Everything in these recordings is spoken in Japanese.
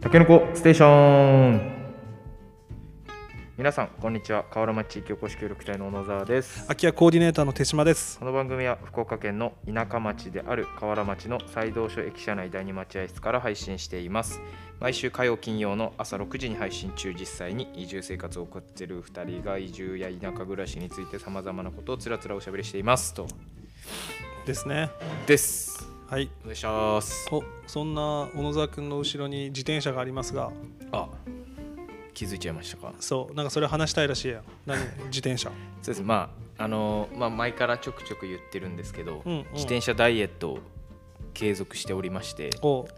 たけのこステーション皆さんこんにちは河原町地域おこし協力隊の小野沢です空き家コーディネーターの手島ですこの番組は福岡県の田舎町である河原町の西道所駅舎内第二待合室から配信しています毎週火曜金曜の朝6時に配信中実際に移住生活を送っている2人が移住や田舎暮らしについてさまざまなことをつらつらおしゃべりしていますとですねですはいお願いしますおそんな小野沢君の後ろに自転車がありますがあ気づいちゃいましたかそうなんかそれ話したいらしいや 何自転車そうですまああのまあ前からちょくちょく言ってるんですけど、うんうん自転車ダイエットを継続しておりましてお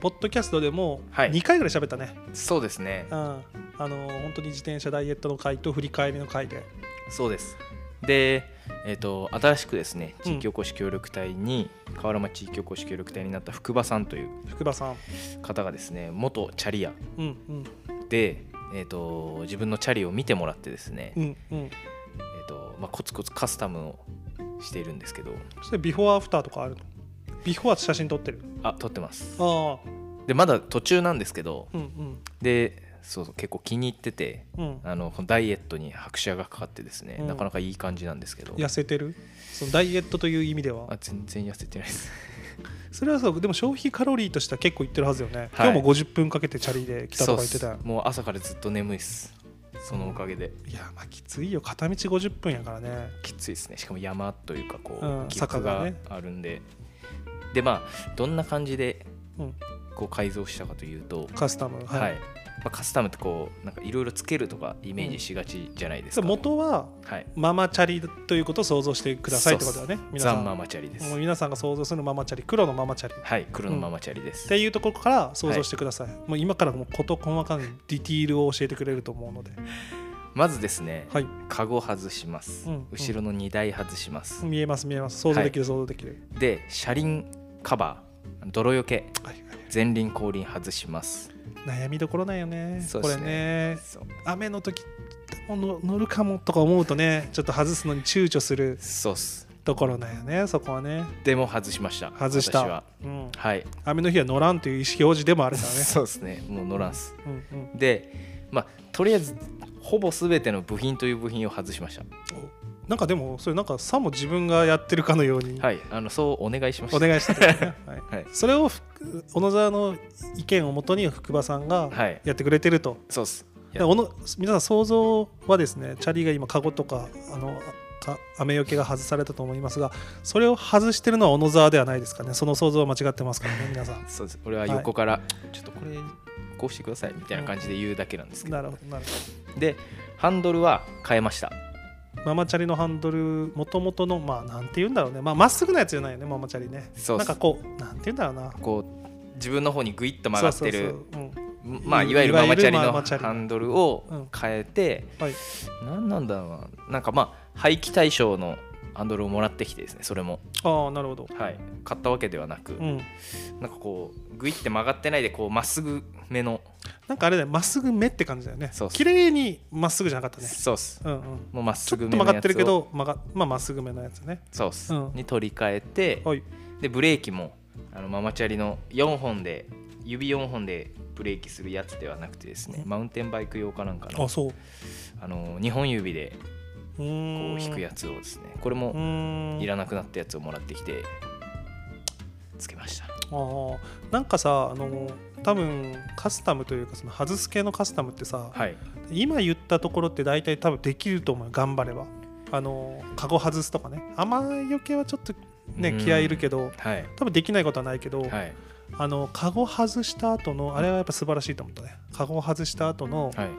ポッドキャストでもはい2回ぐらい喋ったね、そうですねうんあの本当に自転車ダイエットの回と振り返りの回でそうですでえっ、と新しくですねうん地域おこし協力隊に、河原町地域おこし協力隊になった福場さんという福場さん方がですね元チャリ屋うんうんで、えー、と自分のチャリを見てもらってですね、うんうんえーとまあ、コツコツカスタムをしているんですけどそしてビフォーアフターとかあるのビフォーは写真撮ってるあ撮ってますああでまだ途中なんですけどうんでそうそう結構気に入っててうんうんあのこのダイエットに拍車がかかってですね、うんなかなかいい感じなんですけど痩せてるそのダイエットという意味ではあ全然痩せてないですそれはさでも消費カロリーとしては結構いってるはずよね、はい今日も50分かけてチャリで来たとか言ってたそうっすもう朝からずっと眠いっすそのおかげで、いやまあきついよ片道50分やからねきついですねしかも山というかこう、うん起坂伏ががねあるんで、でまあどんな感じでうんこう改造したかというとカスタムはい、まあ、カスタムってこうなんかいろいろつけるとかイメージしがちじゃないですそか、れ元ははいママチャリということを想像してくださいってことだね皆ザさんンママチャリですもう皆さんが想像するママチャリ黒のママチャリっはい黒のママチャリです、ていうところから想像してください、もう今からもう事細かにディティールを教えてくれると思うのでまずですね、はいカゴ外します、うんうん後ろの荷台外します、見えます見えます想像できる、想像できるで車輪カバー泥よけはいはい前輪後輪外します悩みどころなんよねそうこでれすねそ雨の時もの乗るかもとか思うとねちょっと外すのに躊躇するそうっすところなんよねそこはねでも外しました外し私たは、うん、はい、雨の日は乗らんという意思表示でもあるからねそうですねもう乗らんすうんうんでまあとりあえずほぼ全ての部品という部品を外しましたおなんかでもそれなんかさも自分がやってるかのようにはいあのそうお願いしましたお願いしてたよ ね、はいはいそれをふ小野沢の意見をもとに福場さんがはいやってくれてると、そうっすいやだからおの皆さん想像はですねチャリが今カゴとかあのか雨よけが外されたと思いますがそれを外してるのは小野沢ではないですかねその想像は間違ってますからね皆さんそうです俺は横から、ちょっとこれこうしてくださいみたいな感じで言うだ けなんですけどなるほどなるほでハンドルは変えましたどママチャリのハンドルもともとのまあなんて言うんだろうねまあまっすぐなやつじゃないよねママチャリねそうっなんすかこうなんて言うんだろうなこう自分の方にグイッと曲がってるそうそうそううんまあ、いいわゆるママチャリいわゆるのママチャリハンドルをうん変えて、はい何なんだろうななんかまあ廃棄対象のハンドルをもらってきてですねそれも、ああなるほど、はい、買ったわけではなく、うん、なんかこうグイって曲がってないでこうまっすぐ目のなんかあれだよまっすぐ目って感じだよねそうそう綺麗にまっすぐじゃなかったね、そうっすうんうん、もうまっちょすっぐ目と曲のがやってるけつをど曲がまあまっすぐ目のやつねそうっす、うんに取り替えてはいでブレーキもあのママチャリの4本で指4本でブレーキするやつではなくてですねうんマウンテンバイク用かなんかのあそうあの2本指でうーこんう引くやつをですねこれもうーんいらなくなったやつをもらってきてつけましたあーなんかさあの多分カスタムというかその外す系のカスタムってさ、はい今言ったところって大体多分できると思うよ頑張ればあのカゴ外すとかね雨よけはちょっとねうん気合いいるけどはい多分できないことはないけど、はいあのカゴ外した後のあれはやっぱ素晴らしいと思ったねカゴ外した後の,、はい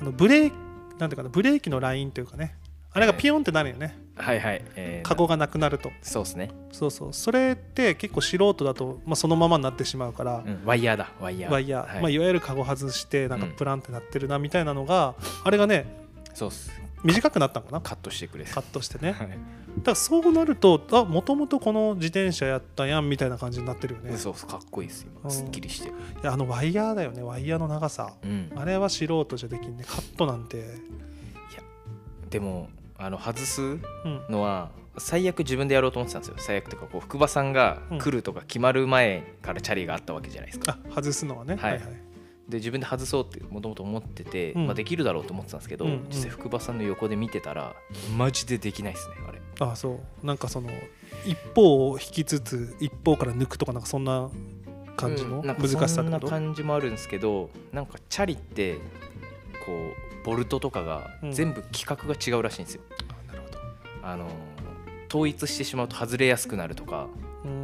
あのブレーキなんていうかなブレーキのラインというかねあれがピヨンってなるよね、はいはいえーカゴがなくなるとそうですね、そうそうそれって結構素人だと、まあ、そのままになってしまうから、うん、ワイヤーだワイヤーワイヤー、はいいまあ、いわゆるカゴ外してなんかうんプランってなってるなみたいなのが、あれがねそうっす短くなったのかなカカットしてくれットしてねはいだからそうなるとあもともとこの自転車やったやんみたいな感じになってるよねそうっすかっこいいですう今んすっきりしてるいやあのワイヤーだよねワイヤーの長さうんあれは素人じゃできんねカットなんてでもあの外すうんのは最悪自分でやろうと思ってたんですよ最悪というかこう福場さんが来るとか決まる前からチャリがあったわけじゃないですか、あ外すのはねはいはいで自分で外そうってもともと思ってて、うんまあ、できるだろうと思ってたんですけど、うんうん実際福場さんの横で見てたらマジでできないですねあれあそうなんかその一方を引きつつ一方から抜くとかなんかそんな感じのうんなん難かしさってこと、そんな感じもあるんですけどなんかチャリってこうボルトとかがうん全部規格が違うらしいんですよ、あなるほどあの統一してしまうと外れやすくなるとか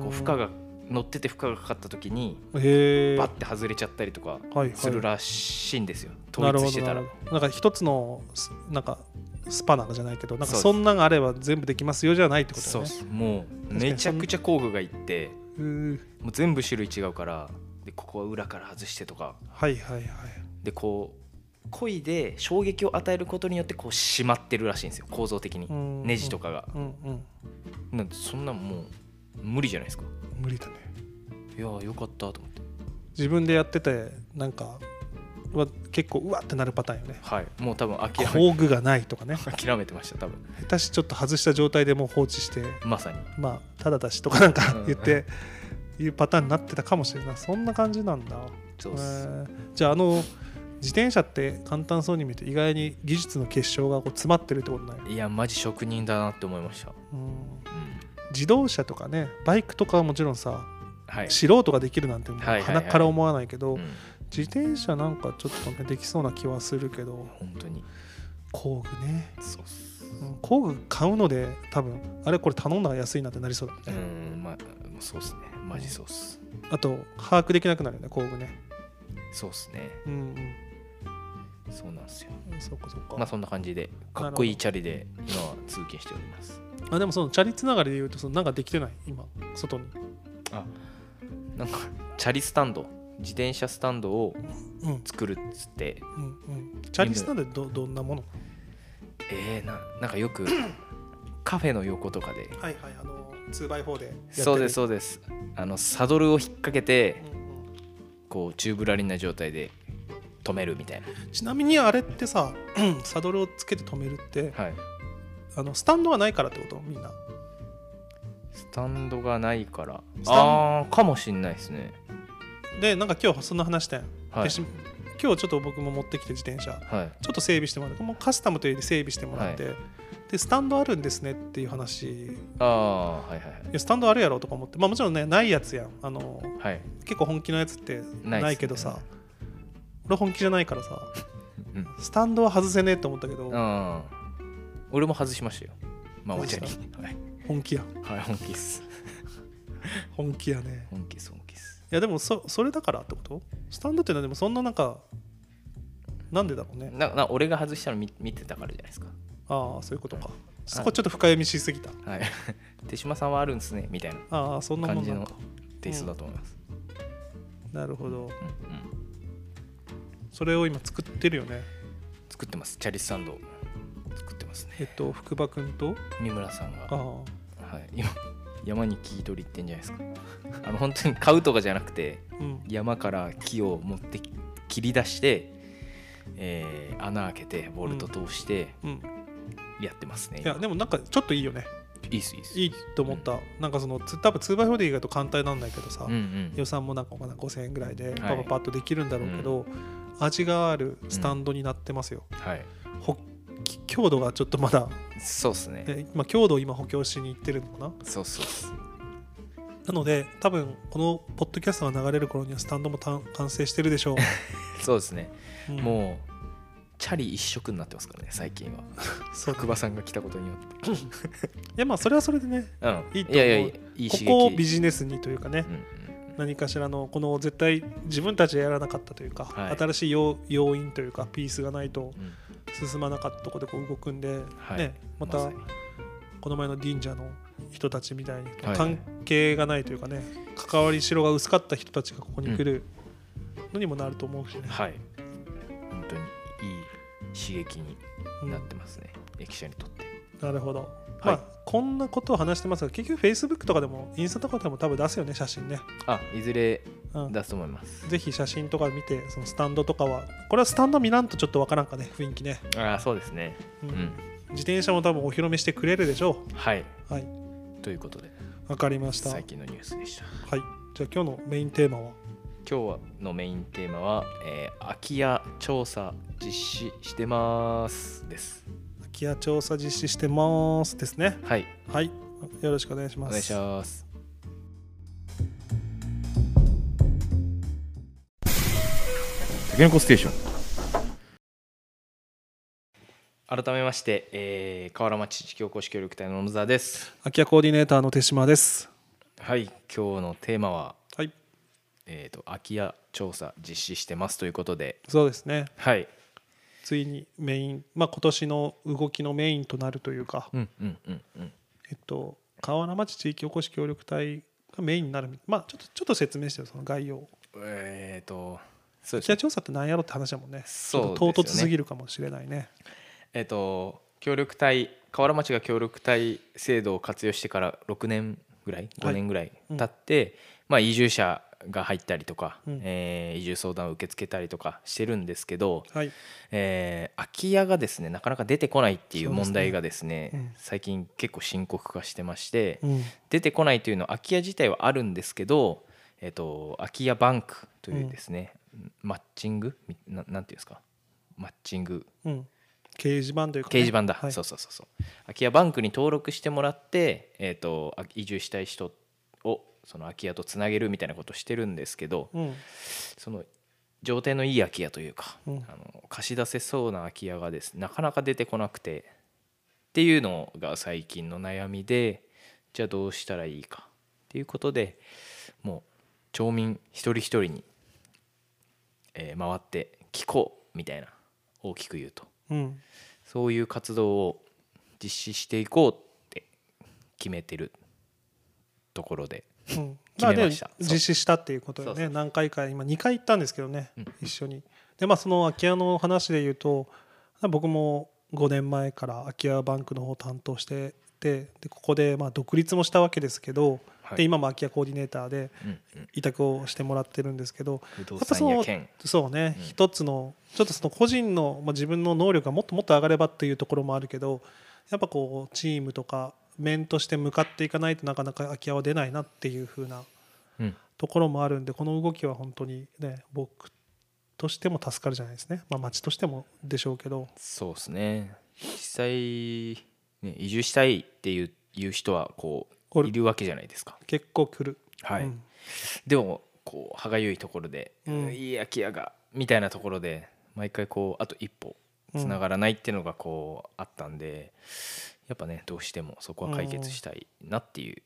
こう負荷が乗ってて負荷がかかった時にへえバッて外れちゃったりとかはいはいするらしいんですよ、なる統ほ一してどなたるら。ほどなんか一つのスなんかスパナーじゃないけどなんそうかですそんなんがあれば全部できますよじゃないってことだそうねそうもう確かにめちゃくちゃ工具がいってうーもう全部種類違うからでここは裏から外してとかはいはいはいでこう故意で衝撃を与えることによってこう締まってるらしいんですよ構造的にうんネジとかがうんうんなんでそんなんもう無理じゃないですか無理だねいやーよかったと思って自分でやっててなんかうわ結構うわってなるパターンよねはいもう多分諦め工具がないとかね諦めてました多分下手しちょっと外した状態でもう放置してまさにまあただ出しとかなんかうん言って、いうパターンになってたかもしれないそんな感じなんだそうっすへえじゃああの自転車って簡単そうに見えて意外に技術の結晶がこう詰まってるってことないいやマジ職人だなって思いました、うんうん、自動車とかねバイクとかはもちろんさ、はい、素人ができるなんてもうはいはいはい鼻から思わないけど、うん、自転車なんかちょっとねできそうな気はするけど本当に工具ね、そうっすうん工具買うので多分あれこれ頼んだら安いなってなりそうだうね、んまそうっすねマジそうっすあと把握できなくなるよね工具ねそうっすねうんそうなんですようんそっかそっか、まあそんな感じでかっこいいチャリで今は通勤しておりますあ、でもそのチャリつながりで言うとそのなんかできてない今外にあなんかチャリスタンド自転車スタンドをうん作るっつってうんうんチャリスタンドってどどんなものえー、ななんかよ くカフェの横とかではいはいあの 2x4 でそうですそうですあのサドルを引っ掛けてうんうんこうチューブラリンな状態で止めるみたいなちなみにあれってさサドルをつけて止めるってはいあのスタンドがないからってことみんなスタンドがないからスタンああーかもしんないですねでなんか今日そんな話したやん、はいでし今日ちょっと僕も持ってきて自転車はいちょっと整備してもらってもうカスタムというより整備してもらって、でスタンドあるんですねっていう話いああはいはいやスタンドあるやろとか思って、まあ、もちろんねないやつやんあのはいはい結構本気のやつってないっすねないけどさ俺本気じゃないからさ うんスタンドは外せねえと思ったけど、うん俺も外しましたよまあお外茶したにはい、本気やはい、本気っす本気やね本気っす本気っすいやでもそそれだからってことスタンドってのはでもそんななんかなんでだろうねなな俺が外したの見見てたからじゃないですかああそういうことかそこちょっと深読みしすぎたはい 手島さんはあるんですねみたいなああそんなも感んじなんのかテイストだと思います、なるほどうんうんそれを今作ってるよね作ってますチャリスタンド作ってますねえっと福場君と三村さんが、はあい、今山に木取り行ってんじゃないですかあの 本当に買うとかじゃなくてあうん山から木を持ってき切り出して、えー穴開けてボルト通してうんやってますね、いやでもなんかちょっといいよねいいっすいいっすいいと思った、なんかそのつ多分 2x4 で意外と簡単なんだけどさ、うんうん予算もなんかわかんない5000円ぐらいでパはパいパッとできるんだろうけど、味があるスタンドになってますよ、はいほき強度がちょっとまだ、そうっすねねまあ、強度を今補強しに行ってるのかなそうそうっすなので多分このポッドキャストが流れる頃にはスタンドもたん完成してるでしょそうですね、 う、うんもうチャリ一色になってますからね最近 はそうい久場さんが来たことによってやまあそれはそれでねうんいいと思うやいやいい刺激ここをビジネスにというかねうんうんうん何かしらのこの絶対自分たちでやらなかったというか、はい新しい要要因というかピースがないとうん進まなかったところでこう動くんで、はいね、ままたさにこの前の神社の人たちみたいにはい関係がないというかね、関わりしろが薄かった人たちがここに来るのにもなると思うしね、はい本当にいい刺激にうんなってますね、駅舎にとってなるほど、はいまあこんなことを話してますが結局 Facebook とかでもインスタとかでも多分出すよね写真ね、あいずれうん、出すと思います、ぜひ写真とか見てそのスタンドとかはこれはスタンド見らんとちょっとわからんかね雰囲気ね、ああそうですねうんうん自転車も多分お披露目してくれるでしょはいうはいということでわかりました、は最い、近のニュースでしたじゃあ今日のメインテーマは今日のメインテーマは、えー空き家調査実施してますです空き家調査実施してますですねはいはいよろしくお願いしまおす願いしますタケノコステーション改めまして、えー、河原町地域おこし協力隊の野沢です空き家コーディネーターの手島ですはい今日のテーマははいえー、と空き家調査実施してますということで、そうですねはいついにメインまあ今年の動きのメインとなるというか、うんうんうんうん、えっと河原町地域おこし協力隊がメインになるみまあちょっとちょっと説明してよその概要えっ、とそう空できす家調査ってなんやろって話だもんねそうですよねちょっと唐突すぎるかもしれないねえっ、と協力隊河原町が協力隊制度を活用してから6年ぐらいは5い年ぐらいうん経って、まあ、移住者が入ったりとか、うんえー移住相談を受け付けたりとかしてるんですけど、はいえー空き家がですねなかなか出てこないっていうそうですね問題がですねうん最近結構深刻化してまして、うん出てこないというのは空き家自体はあるんですけど、えっと空き家バンクというですね、マッチングみななんていうんですかマッチングうん掲示板というか、掲示板だ、はいそうそうそうそう空き家バンクに登録してもらって、えっとあ移住したい人をその空き家とつなげるみたいなことをしてるんですけどうんその状態のいい空き家というか、うんあの貸し出せそうな空き家がですなかなか出てこなくてっていうのが最近の悩みでじゃあどうしたらいいかっていうことでもう町民一人一人に、えー回って聞こうみたいな大きく言うとうんそういう活動を実施していこうって決めてるところで うん、決めましたまあで実施したっていうことでねそうそう何回か今2回行ったんですけどね、うん一緒にでまあその空き家の話で言うと僕も5年前から空き家バンクの方を担当しててでここでまあ独立もしたわけですけど、はいで今も空き家コーディネーターでうんうん委託をしてもらってるんですけど不動やっぱそ産のや県そうね、うん一つのちょっとその個人の、まあ、自分の能力がもっともっと上がればっていうところもあるけどやっぱこうチームとか面として向かっていかないとなかなか空き家は出ないなっていう風なうんところもあるんでこの動きは本当にね僕としても助かるじゃないですね、まあ、町としてもでしょうけど、そうですね実際ね移住したいっていういう人はこおうるいるわけじゃないですか、結構来る、はいうんでもこう歯がゆいところで、うんいい空き家がみたいなところで毎回こうあと一歩つながらないっていうのがこうあったんで、やっぱねどうしてもそこは解決したいなっていう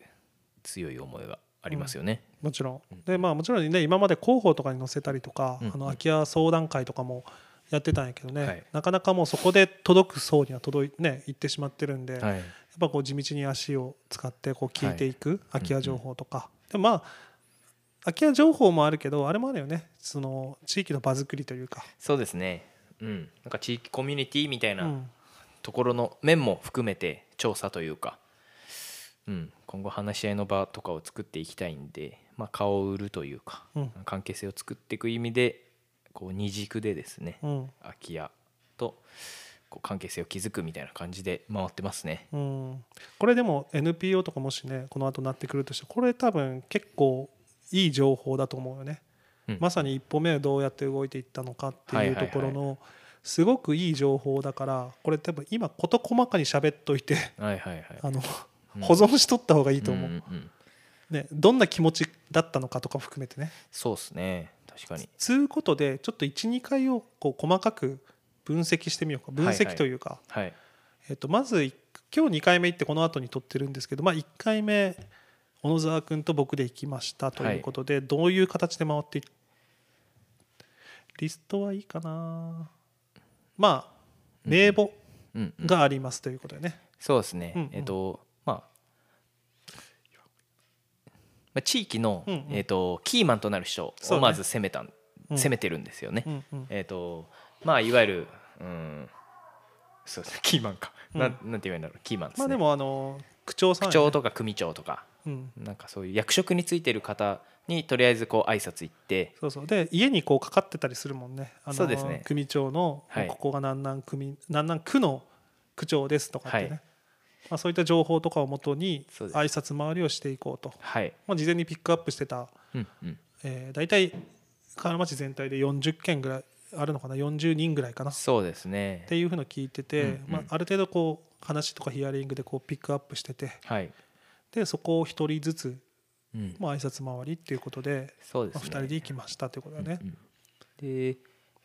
強い思いがありますよね。もちろんでまあもちろんね今まで広報とかに載せたりとか、うんあの空き家相談会とかもやってたんやけどね、はいなかなかもうそこで届く層には届いね行ってしまってるんで、やっはいぱこう地道に足を使ってこう聞いていく、空き家情報とか、でもまあ空き家情報もあるけどあれもあるよねその地域の場作りというか、そうですね、うん、なんか地域コミュニティみたいうな、ん、ところの面も含めて調査というか、うん、今後話し合いの場とかを作っていきたいんで、まあ、顔を売るというか、うん関係性を作っていく意味でこう二軸でですね、うん空き家とこう関係性を築くみたいな感じで回ってますね。うん、これでも NPO とかもしねこの後なってくるとしてこれ多分結構いい情報だと思うよね、うんまさに一歩目どうやって動いていったのかってはいいはういはといころのすごくいい情報だからこれ多分今事細かに喋っといてはいはいはい。あのうん保存しとった方がいいと思う、んんんね、どんな気持ちだったのかとかも含めてねそうですね。確かに。つうことでちょっと12回をこう細かく分析してみようか分はいは析いというか、はい。えっと、まずい今日2回目行ってこの後に撮ってるんですけど、まあ、1回目小野沢君と僕で行きましたということで、どういう形で回っていリストはいいかなまあ名簿うん、うん。がありますということでね、そうですね、うんうんえっ、とまあまあ地域の、うんうんえっとキーマンとなる人そうをねまず攻めたん、うん攻めてるんですよね、うんうんえっ、とまあいわゆるうんそうですねキーマンか、うんなんなんて言うんだろうキーマンですまね、あでもあの区長さん区やね、長とか組長とかうん、なんかそういう役職についてる方にとりあえずこう挨拶行ってそうそうで家にこうかかってたりするもんねあのそうですね組長の、はいここが南南組南南区の区長ですとかってね、はいまあ、そういった情報とかをもとにそう挨です拶回りをしていこうとはい、まあ、事前にピックアップしてた、うんうん、えー、大体河原町全体で40件ぐらいあるのかな40人ぐらいかなっそうですねていうふうの聞いてて、うんうんまあ、ある程度こう話とかヒアリングでこうピックアップしててはい、でそこを1人ずつ、うん、まあ挨拶回りっていうことでそうですまあ、ね2人で行きましたってことだねう。んで、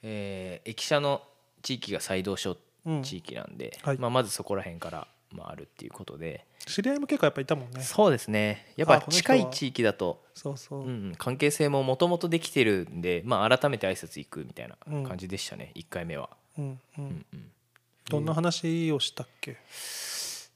えー駅舎の地域が西道所うん地域なんで、はいまあ、まずそこら辺から、まあ、あるっていうことで、知り合いも結構やっぱいたもんね。そうですねやっぱあこの人近はい地域だと、そうそうう。んうん関係性ももともとできてるんで、まあ、改めて挨拶行くみたいな感じでしたね、1回目は、うんう。うんんうんどんな話をしたっけ？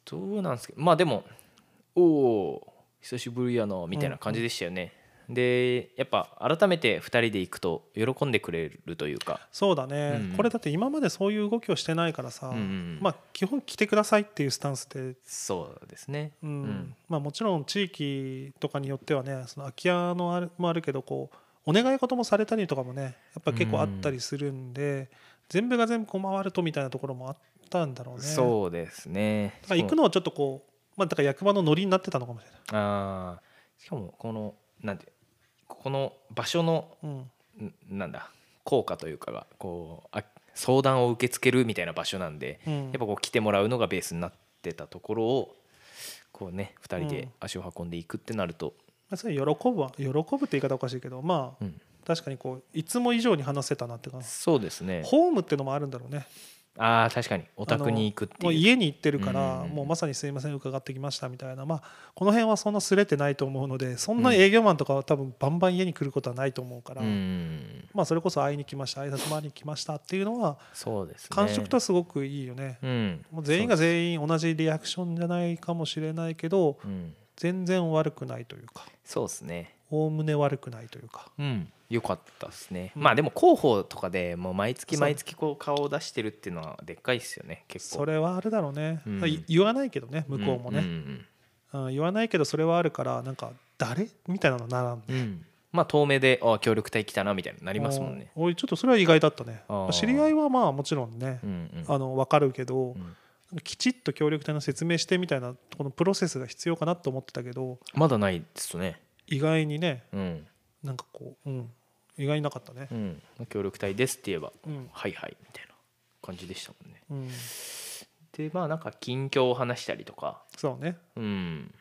どうなんですかまあでも「おお久しぶりやな」みたいな感じでしたよね、でやっぱ改めて2人で行くと喜んでくれるというか、そうだね、うんうんこれだって今までそういう動きをしてないからさ、うんうんうんまあ基本来てくださいっていうスタンスで、そうですね、うんうんまあもちろん地域とかによってはね、その空き家のあるもあるけどこうお願い事もされたりとかもね、やっぱ結構あったりするんで、全部が全部こう回るとみたいなところもあったんだろうね。そうですねだから行くのはちょっとこう、まあだから役場のノリになってたのかもしれない。あーしかもこのなんてここの場所のうん、んなんだ効果というかがこうあ相談を受け付けるみたいな場所なんで、うんやっぱこう来てもらうのがベースになってたところをこうね2人うでん足を運んでいくってなると、まあそれ喜ぶは喜ぶって言い方おかしいけどまあうん確かにこういつも以上に話せたなって感じそうですねホームってのもあるんだろうねあー確かにお宅に行くってもういう家に行ってるから、うんもうまさにすいません伺ってきましたみたいな、まあ、この辺はそんなすれてないと思うのでそんな営業マンとかは多分バンバン家に来ることはないと思うから、うんまあ、それこそ会いに来ました挨拶回りに来ましたっていうのはそうですね感触とはすごくいいよね。うんもう全員が全員同じリアクションじゃないかもしれないけどうん全然悪くないというかそうですねおおむね悪くないというかうん、よかったですね、うんまあでも広報とかでもう毎月そう毎月こう顔を出してるっていうのはでっかいですよね結構それはあるだろうね、うんい言わないけどね向こうもね、んうん言わないけどそれはあるからなんか誰みたいなのならんうんうんうんまあ遠目であ協力隊来たなみたいになりますもんねおおいちょっとそれは意外だったねあー知り合いはまあもちろんね、うんうんあの分かるけど、うんきちっと協力隊の説明してみたいなこのプロセスが必要かなと思ってたけどまだないですね意外にねうん、なんかこう、うん、意外になかったねう、ん、協力隊ですって言えばうんはいはいみたいな感じでしたもんねうん、でまあなんか近況を話したりとかそうねうん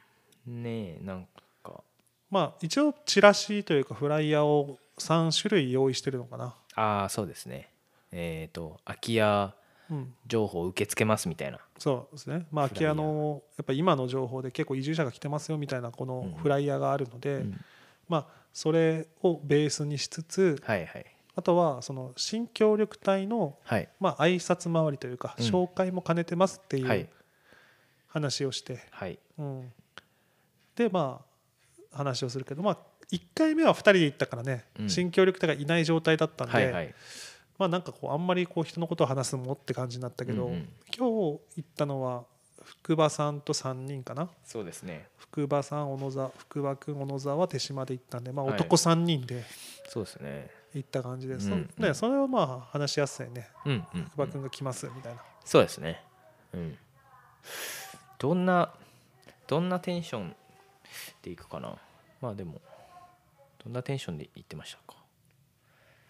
ねえなんかまあ一応チラシというかフライヤーを3種類用意してるのかな、ああそうですねえっ、と空き家うん、情報を受け付けますみたいなそうですね、まあ、フラ空きイヤー家のやっぱ今の情報で結構移住者が来てますよみたいなうこんのフライヤーがあるので、んまあ、それをベースにしつつはいはいあとはその新協力隊のはいまあ挨拶回りというかうん紹介も兼ねてますっていはうい話をして、はいうん、でまあ話をするけど、まあ、1回目は2人で行ったからね、うん新協力隊がいない状態だったんで、はいはいまあなんかこうあんまりこう人のことを話すのもって感じになったけど、うんうん今日行ったのは福場さんと3人かなそうですね福場さん小野沢福場君小野沢手島で行ったんで、まあ、はい男3人でそうですね行った感じで、うんそうんね、それはまあ話しやすいねうんうん、福場君が来ますみたいな、そうですねうんどんなどんなテンションでいくかなまあでもどんなテンションでいってましたか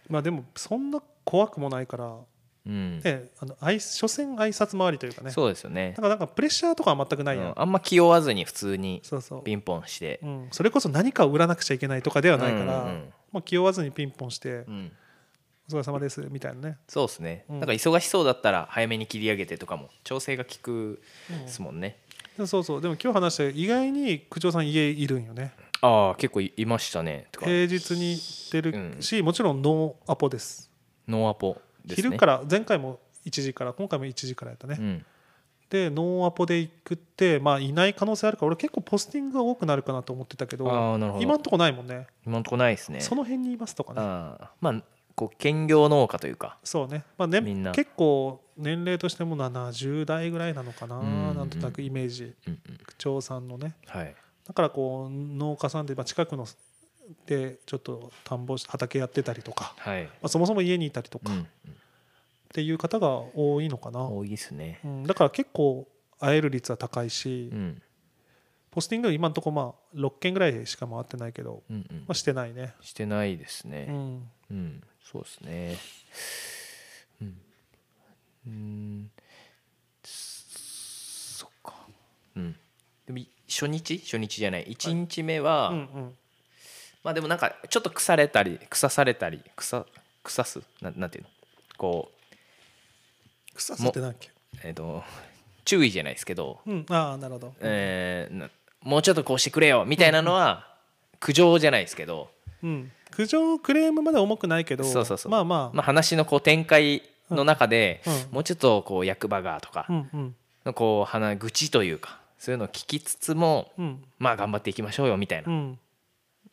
まあでもそんな怖くもないから、うん、ね、あの挨拶所詮挨拶回りというかねそうですよねだからなんかプレッシャーとかは全くないやん、うんあんま気負わずに普通にそうそうピンポンしてうん、それこそ何かを売らなくちゃいけないとかではないから、うんうんうんまあ、気負わずにピンポンしてう、んお疲れ様ですみたいなね、そうですね、うんなんか忙しそうだったら早めに切り上げてとかも調整が効くですもんね、そうそうでも今日話した意外に区長さん家いるんよねああ結構いいましたねとか平日に行ってるし、もちろんノーアポですノーアポですね昼から前回も1時から今回も1時からやったね、うんでノーアポで行くってまあいない可能性あるから俺結構ポスティングが多くなるかなと思ってたけどあーなるほど今んとこないもんね今んとこないですねその辺にいますとかねああまあこう兼業農家というかそうね,、まあ、ねみんな結構年齢としても70代ぐらいなのかな、うんうんなんとなくイメージうんうん区長さんのねはいだからこう農家さんで、まあ、近くのでちょっと田んぼ畑やってたりとか、はい、まあ、そもそも家にいたりとうかっん、ていう方が多いのかな、多いですねうんだから結構会える率は高いし、うんポポスティング今のとこまあ6件ぐらいしか回ってないけど、うんうんまあ、してないね、してないですうね。ん、うん、そうですね。うん。うん。そっか。うん。でもい初日初日じゃない1日目は、うんうんまあでもなんかちょっと腐れたり腐されたり腐腐すななんていうのこ草吸ってないっけうえっ、と注意じゃないですけど、うんああなるほど、えーなもうちょっとこうしてくれよみたいなのは苦情じゃないですけど、うん、苦情クレームまで重くないけどそうそうそうまあまあ、まあ、話のこう展開の中で、うんもうちょっとこう役場がとかうんうんのこう話愚痴というかそういうのを聞きつつも、うんまあ頑張っていきましょうよみたいうんうなん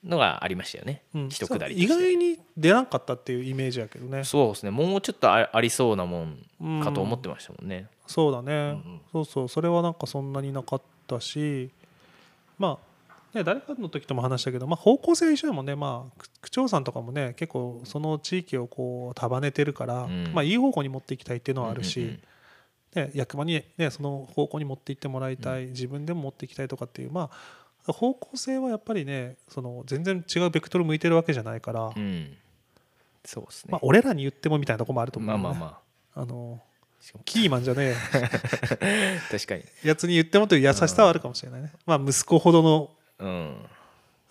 のがありましたよね、うん一くだりと意して外に出なかったっていうイメージやけどねそうですねもうちょっとあありそうなもうんんかと思ってましたもんね。そうだね、んうんそうそうそれはなんかそんなになかったしまあね誰かの時とも話したけど、まあ、方向性は一緒やもんね、まあ、く区長さんとかもね結構その地域をこう束ねてるから、うんまあ、いい方向に持っていきたいっていうのはあるし、うんうんね、役場に、ね、その方向に持っていってもらいたい、自分でも持っていきたいとかっていう、まあ、方向性はやっぱりねその全然違うベクトル向いてるわけじゃないから、うんうんそうですね、まあ、俺らに言ってもみたいなとこもあると思うまよあね、まあまあのあしかもキーマンじゃねえよ確かにやつに言ってもという優しさはあるかもしれないね、まあ息子ほどのうん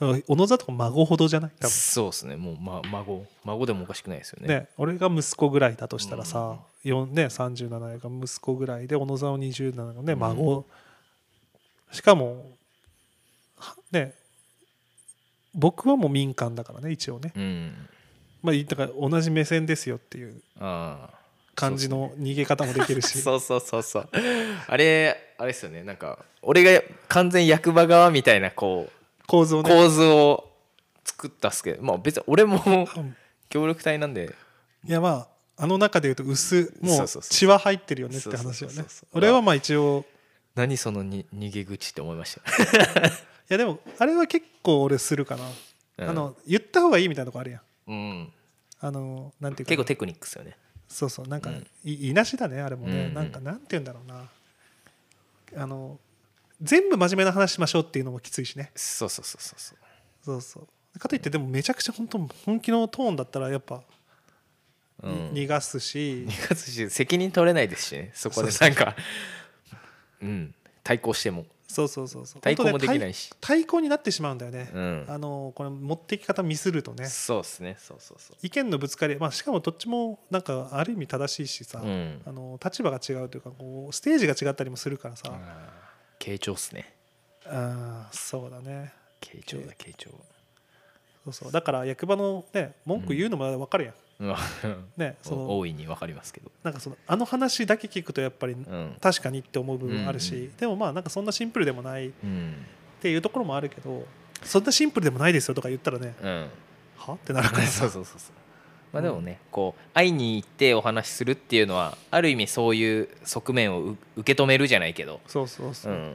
うん小野座とか孫ほどじゃない多分そうですねもう、ま、孫孫でもおかしくないですよねね俺が息子ぐらいだとしたらさ、四ね、37やから息子ぐらいで小野座を27のね孫、しかもはね僕はもう民間だからね一応ね、うんまあ、だから同じ目線ですよっていうああ感じの逃げ方もできるし そうそうそうそうあれあれですよねなんか俺が完全役場側みたいなこ構造うね構図を作ったっすけどまあ別に俺もうん協力隊なんでいやまああの中でいうと薄もそううそうそう血は入ってるよねって話よそうそうそねうそう俺はまあ一応何そのに逃げ口って思いましたいやでもあれは結構俺するかな、うんあの言った方がいいみたいなとこあるやんうんあのなんていうか結構テクニックっすよねそうそうなんか、うんいいなしだねあれもね、うんうんなんかなんて言うんだろうなあの全部真面目な話しましょうっていうのもきついしねそうそうそうそうそうそうそうかといってでもめちゃくちゃ本当本気のトーンだったらやっぱ、うにん逃がすし逃がすし責任取れないですしねそこでなんかうん対抗してもそうそうそうそ う対抗もでき本当なねいし、対対抗になってしまうんだよね、うんあのこれ持っていき方ミスるとねそうですねそうそうそう意見のぶつかり、まあ、しかもどっちもなんかある意味正しいしさ、うんあの立場が違うというかこうステージが違ったりもするからさ、あ傾聴っすねあーそうだね傾聴だ傾聴そうそうだから役場の、ね、文句言うのも分かるやん、うんね、その大いにわかりますけどなんかそのあの話だけ聞くとやっぱりうん、確かにって思う部分あるし、うんうでもまあなんかそんなシンプルでもないっうんていうところもあるけどそんなシンプルでもないですよとか言ったらねうん、はってなるからそうそうそうそうまあでもね、こう会いに行ってお話しするっていうのはある意味そういう側面をう受け止めるじゃないけど、そうそうそうう、ん、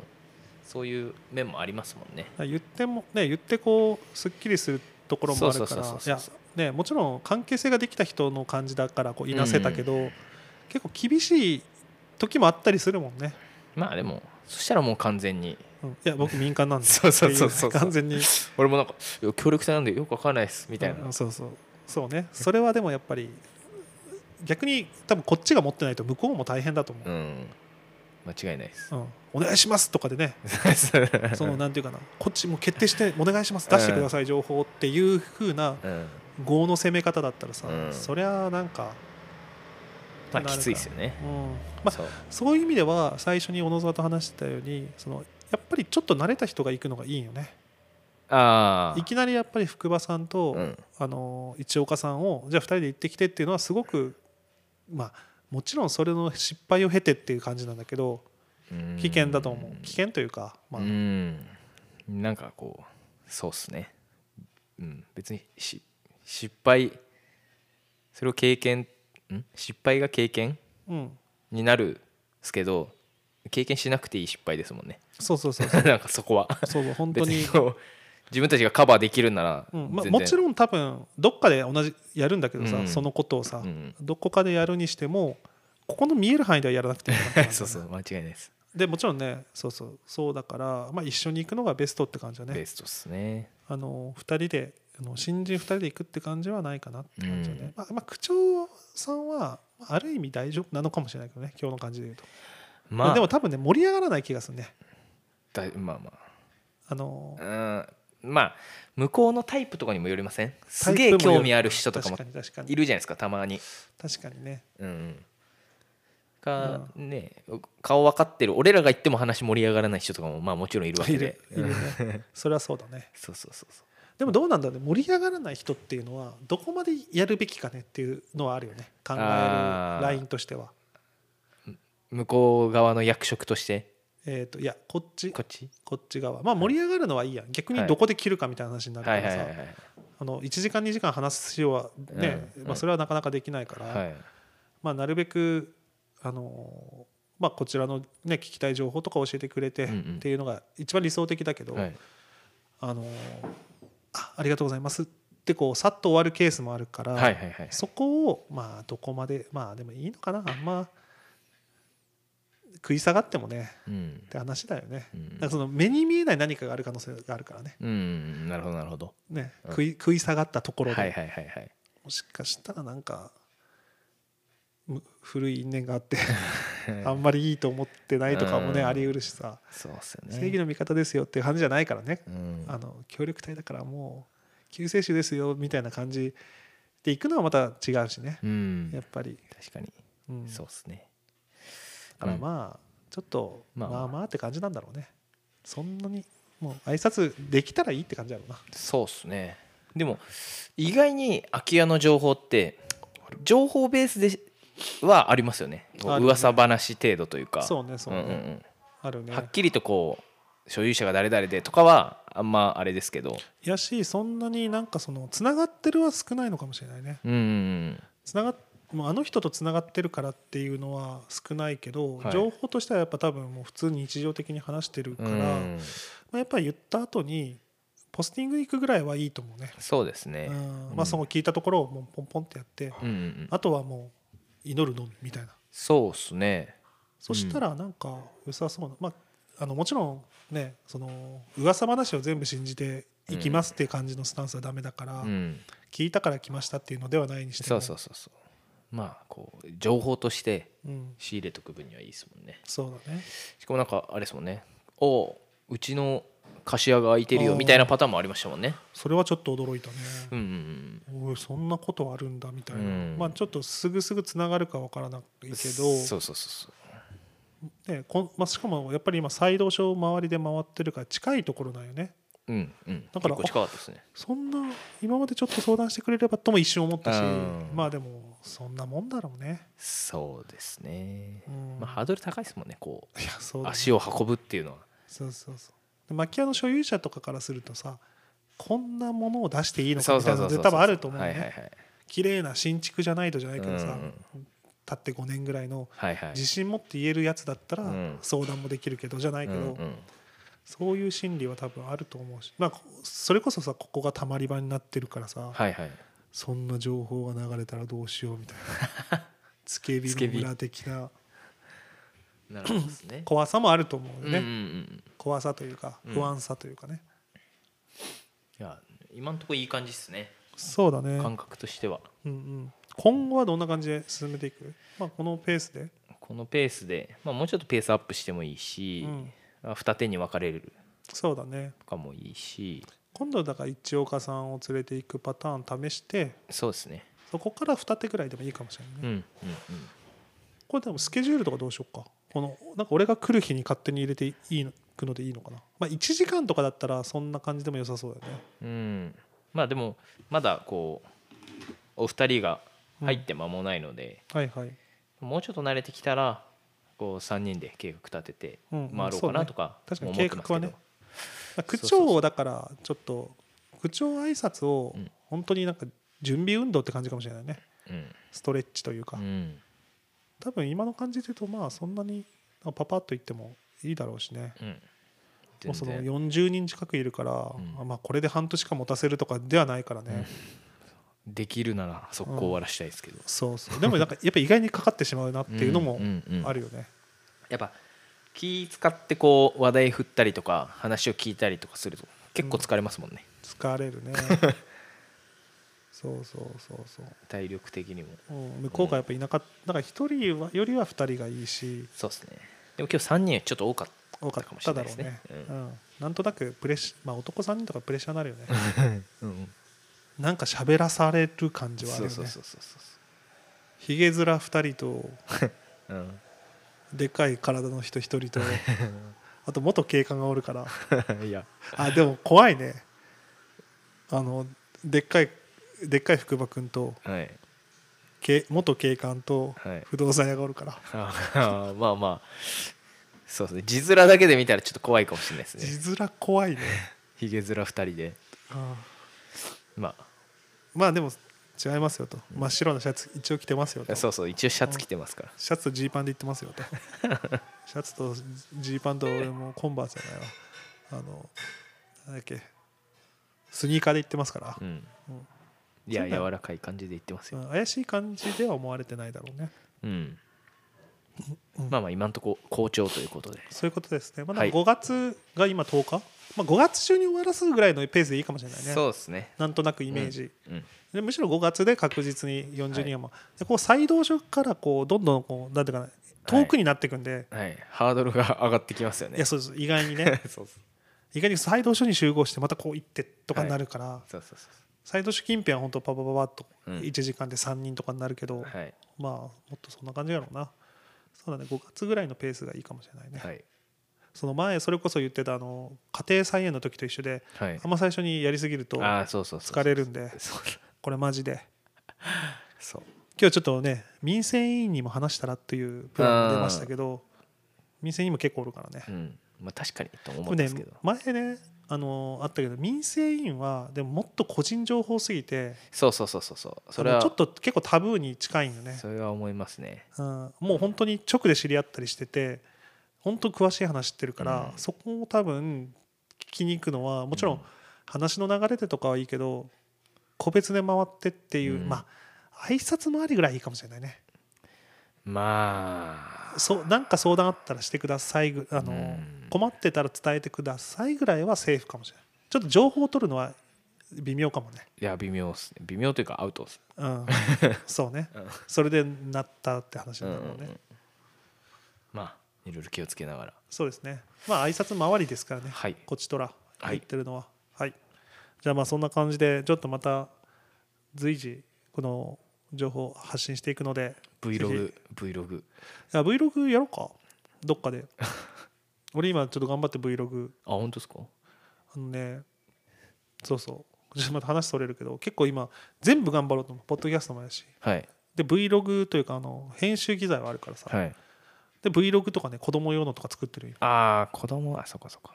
そういう面もありますもんねだから言ってもね言ってこうすっきりするところもあるかそうらそうそういそうやそうねもちろん関係性ができた人の感じだからこういなせたけど、結構厳しい時もあったりするもんね、まあでもそしたらもう完全にうんいや僕民間なんで そうそうそうそうってい完全に俺もなんかいや協力隊なんでよくわかんないですみたいな、うんそうそうそうねそれはでもやっぱり逆に多分こっちが持ってないと向こうも大変だと思う、うん、間違いないですうんお願いしますとか でね そのなんていうかなこっちも決定してお願いします出してください情報っていう風なうん業の攻め方だったらさ、うんそりゃなんかまあきついですよね、うんまあ、そうそういう意味では最初に小野沢と話してたようにそのやっぱりちょっと慣れた人が行くのがいいよねああいきなりやっぱり福場さんと、うんあの一岡さんをじゃあ2人で行ってきてっていうのはすごくまあもちろんそれの失敗を経てっていう感じなんだけど危険だと思う危険というか、まあうんなんかこうそうっすね、うん、別にし失敗それを経験ん失敗が経験うん、になるっすけど経験しなくていい失敗ですもんね そうそうそうそうなんかそこはそうそう本当 別にに、こう自分たちがカバーできるならう全ん然、まあ、もちろん多分どっかで同じやるんだけどさ、うんそのことをさ、うん どこかでやるにしてもここの見える範囲ではやらなくていいのかな そうそう間違いないですでもちろんねそうそうそうだから、まあ、一緒に行くのがベストって感じだベねストですねあの2人であの新人2人で行くって感じはないかなって感じだね、うんまあまあ、区長さんはまあある意味大丈夫なのかもしれないけどね今日の感じで言うと、まあでも多分ね盛り上がらない気がするねだいまあまああのうんまあ向こうのタイプとかにもよりませんすげタえイプもよ興味ある人とかも確かに確かにいるじゃないですかたまに確かにねうんか、ね顔分かってる俺らが言っても話盛り上がらない人とかもまあもちろんいるわけいでるいるねそれはそうだねそうそうそうそうでもどうなんだろうね盛り上がらない人っていうのはどこまでやるべきかねっていうのはあるよね考えるあーラインとしては向こう側の役職としてえっ、といやこっちこっちこっち側まあ盛り上がるのはいいやん逆にどこで切るかみたいな話になるかはいらはいさはいはいあの1時間2時間話す必要はね、うんまあ、それはなかなかできないから、はいまあ、なるべくあのまあこちらの、ね、聞きたい情報とか教えてくれてっうんうんていうのが一番理想的だけど、はいあのあありがとうございますってこうさっと終わるケースもあるから、はいはいはいそこをまあどこまでまあでもいいのかなあんま食い下がってもねうんって話だよね、うんなんかその目に見えない何かがある可能性があるからねうんなるほどなるほどね、うん食い食い下がったとこはろいで、はいはいはいもしかしたらなんかむ古い因縁があってあんまりいいと思ってないとかもね、うんあり得るしさそうっすよね正義の味方ですよっていう感じじゃないからね、うんあの協力隊だからもう救世主ですよみたいな感じで行くのはまた違うしね、うんやっぱり、確かにうん、そうっすねだからまあちょっとまあまあまあまあって感じなんだろうねそんなにもう挨拶できたらいいって感じだろうなそうっすねでも意外に空き家の情報って情報ベースではありますよねあるね噂話程度というかそうねそうねんんあるうねんはっきりとこう所有者が誰々でとかはあんまあれですけどいやしそんなになんかそのつながってるは少ないのかもしれないねうんうんつながっもうあの人とつながってるからっていうのは少ないけど、はい情報としてはやっぱ多分もう普通に日常的に話してるうから、んうまんあ、やっぱり言った後にポスティング行くぐらいはいいと思うね、そうですねうんまあ、その聞いたところをもうポンポンってやって、うんうんうんあとはもう祈るのみみたいなそうっすねそしたらなんか良さそうな、まあ、あのもちろんねその噂話を全部信じていきますっていう感じのスタンスはダメだから、うん聞いたから来ましたっていうのではないにしてそもうそうそうそうまあこう情報としてうん、仕入れとく分にはいいですもんねそうだねしかもなんかあれですもんねおううちの貸家が空いてるよあーみたいなパターンもありましたもんねそれはちょっと驚いたね、うんうんおいそんなことあるんだみたいな、うんまあちょっとすぐすぐつながるかわからないけうんどそうそうそうそうねこんまあ、しかもやっぱり今西道省周りで回ってるから近いところなんよねうんうんだから結構近かったですねそんな今までちょっと相談してくれればとも一瞬思ったうし、んまあでもそんなもんだろうね、そうですねうんまあハードル高いですもんねこいやそううだね足を運ぶっていうのはそうそうそうで空き家の所有者とかからするとさこんなものを出していいのかそみうたそいそうなのうそう絶対多分あると思うはね、いはいはい綺麗な新築じゃないとじゃないけどさ、うんうん経って5年ぐらいのはいはい自信持って言えるやつだったらうん相談もできるけどじゃないけど、うんうんそういう心理は多分あると思うし、まあ、こそれこそさここがたまり場になってるからさ、はいはいそんな情報が流れたらどうしようみたいな つけ火の村的ななるほどですね怖さもあると思うよね、うんうんうん怖さというかうん不安さというかね、いや今のところいい感じですねそうだね、感覚としてはうんうん、今後はどんな感じで進めていく、まあ、このペースで、このペースでまあもうちょっとペースアップしてもいいしうんあ二手に分かれるそうだねとかもいいし今度だから一岡さんを連れていくパターン試してそうですねそこから二手ぐらいでもいいかもしれないねうん、うんうんこれでもスケジュールとかどうしようかこのなんか俺が来る日に勝手に入れていいのくのでいいのかな、まあ、1時間とかだったらそんな感じでも良さそうだよねうん、まあでもまだこうお二人が入って間もないので、はいはいもうちょっと慣れてきたらこう3人で計画立ててうんう回んろうかなとかそう思ね確かにってますけど、計画はねまあそう区そうそう長をだからちょっと区長挨拶をうん本当になんか準備運動って感じかもしれないねうんストレッチというか、うん多分今の感じで言うとまあそんなにパパッと言ってもいいだろうしねうん、もうその全然40人近くいるから、うんまあこれで半年間持たせるとかではないからね、できるなら速攻終わらしたいですけど、そうそうでもなんかやっぱ意外にかかってしまうなっていうのもうんうんうんあるよね、やっぱ気使ってこう話題振ったりとか話を聞いたりとかすると結構疲れますもんね、疲 れるねそうそうそうそう体力的にもうん向こうがやっぱいなかっただから一人はよりは二人がいいしそうですねでも今日3人はちょっと多かっ多かかもっしれたないだでろすうねね、うん、なんとなくプレッシまあ男3人とかプレッシャーになるよねた、うん、なんか喋らされる感じはあるそうよそうねそうそうそうひげ面2人とうん、でかい体の人1人 とあと元警官がおるからいや、あでも怖いねあのでっかいでっかい福場君とはい、 け元警官とはい不動産屋がおるからあーまあまあ、そうですね、字面だけで見たらちょっと怖いかもしれないですね、字面怖 いねひげ面2人で、あまあまあでも違いますよと真っ白なシャツ一応着てますよいや、とそうそう、一応シャツ着てますから、シャツとジーパンで行ってます よとシャツとジーパンと俺もコンバースじゃないわあのなんだっけスニーカーで行ってますからう、ん、うんいや、そうだよ柔らかい感じで言ってますよ、うん怪しい感じでは思われてないだろうねうん、うんまあまあ、今のとこ好調ということで、そういうことですね、まあ、はい5月が今10日、まあ、5月中に終わらすぐらいのペースでいいかもしれないねそうですね、なんとなくイメージ、うん、でむしろ5月で確実に40人は、までこう再動所からこうどんどんこうなんていうかな遠くになっていくんで、はい、ハードルが上がってきますよい、ね、やそうです意外にね そうそう意外に再動所に集合してまたこう行ってとかになるから、そうそうそ再動所近辺は本当パパパパッとうん1時間で3人とかになるけど、う、はい、まあもっとそんな感じやろうなそうだね5月ぐらいのペースがいいかもしれないね、はい、その前それこそ言ってたあの家庭菜園の時と一緒ではいあ、んま最初にやりすぎるとああ、そうそうそう、疲れるんでそう、これマジでそう、今日ちょっとね民生委員にも話したらっていうプランも出ましたけど民生委員も結構おるからねうん、まあ、確かにと思でうもんでねすけど、前ねあのあったけど民生委員はでももっと個人情報すぎてそうそうそうそうそう、それはあのちょっと結構タブーに近いんよねそれは思いますね。うん、もう本当に直で知り合ったりしてて本当詳しい話してるから、うんそこを多分聞きに行くのはもちろうんん話の流れでとかはいいけど個別で回ってっていう、うんまあ挨拶回りぐらいいいかもしれないねまあ、そうなんか相談あったらしてくださいぐあの、うん困ってたら伝えてくださいぐらいはセーフかもしれないちょっと情報を取るのは微妙かもねいや、微妙っすね。微妙というか、アウトっす。うん そうね、うんそれでなったって話うにんうなんるもんね、うん、まあ、いろいろ気をつけながら。そうですね。まあ挨拶回りですからね。はいこっちとらはい言ってるのは。はい。じゃあまあそんな感じでちょっとまた随時この情報を発信していくので。ぜひ Vlog、Vlog。いや Vlog やろうか。どっ かで。俺今ちょっと頑張って Vlog あ、本当ですかあのね。そうそう。ちょっとまた話それるけど結構今全部頑張ろうと思う。ポッドキャストもやし。はい。で Vlog というかあの編集機材はあるからさ。はい。で Vlog とかね子供用のとか作ってるよ。ああ、子供、あ、そっかそっか。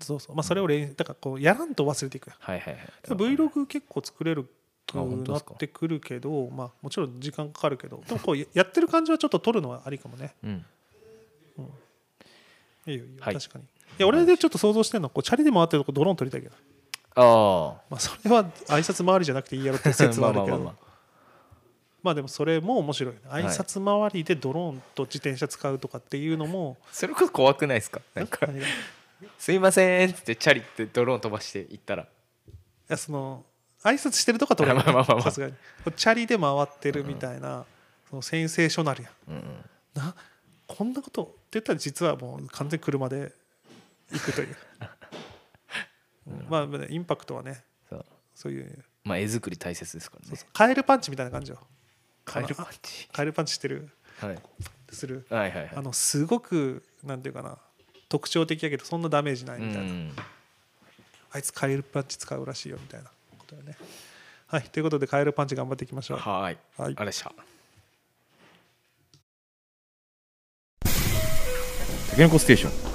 そうそう。まあそれを練だからこうやらんと忘れていくやん。はいはいはい。 Vlog 結構作れるくあ本当でなすっかてくるけどまあ、もちろん時間かかるけどでもこうややってる感じはちょっと撮るのはありかもねうん。いいよいいよ、はい確かにいや俺でちょっと想像してるのはこうチャリで回ってるとこドローン撮りたいけど、あまあ、それは挨拶回りじゃなくていいやろっていう説はあるけ まあどまあままあまあでもそれも面白いよねい挨拶回りでドローンと自転車使うとかっていうのもあ。それこそ怖くないですかなんか、何がいすいませんっつって、チャリってドローン飛ばして行ったら。やその挨拶してるとか撮れる まあまあまあまあさすがにこうチャリで回ってるみたいな、そのセンセーショナルやんうんうん。なこんなことって言ったら実はもう完全に車で行く という、うんまあまあねインパクトはねそう。そういうまあ、絵作り大切ですからね。カエルパンチみたいな感じよカエルパンチ。カエルパンチしてるはい。するはいはいはいあ。のすごくなんていうかな特徴的やけどそんなダメージないみたいな、うんあいつカエルパンチ使うらしいよみたいなことだよねはいということでカエルパンチ頑張っていきましょうはーい。はいあれでした。タケノコステーション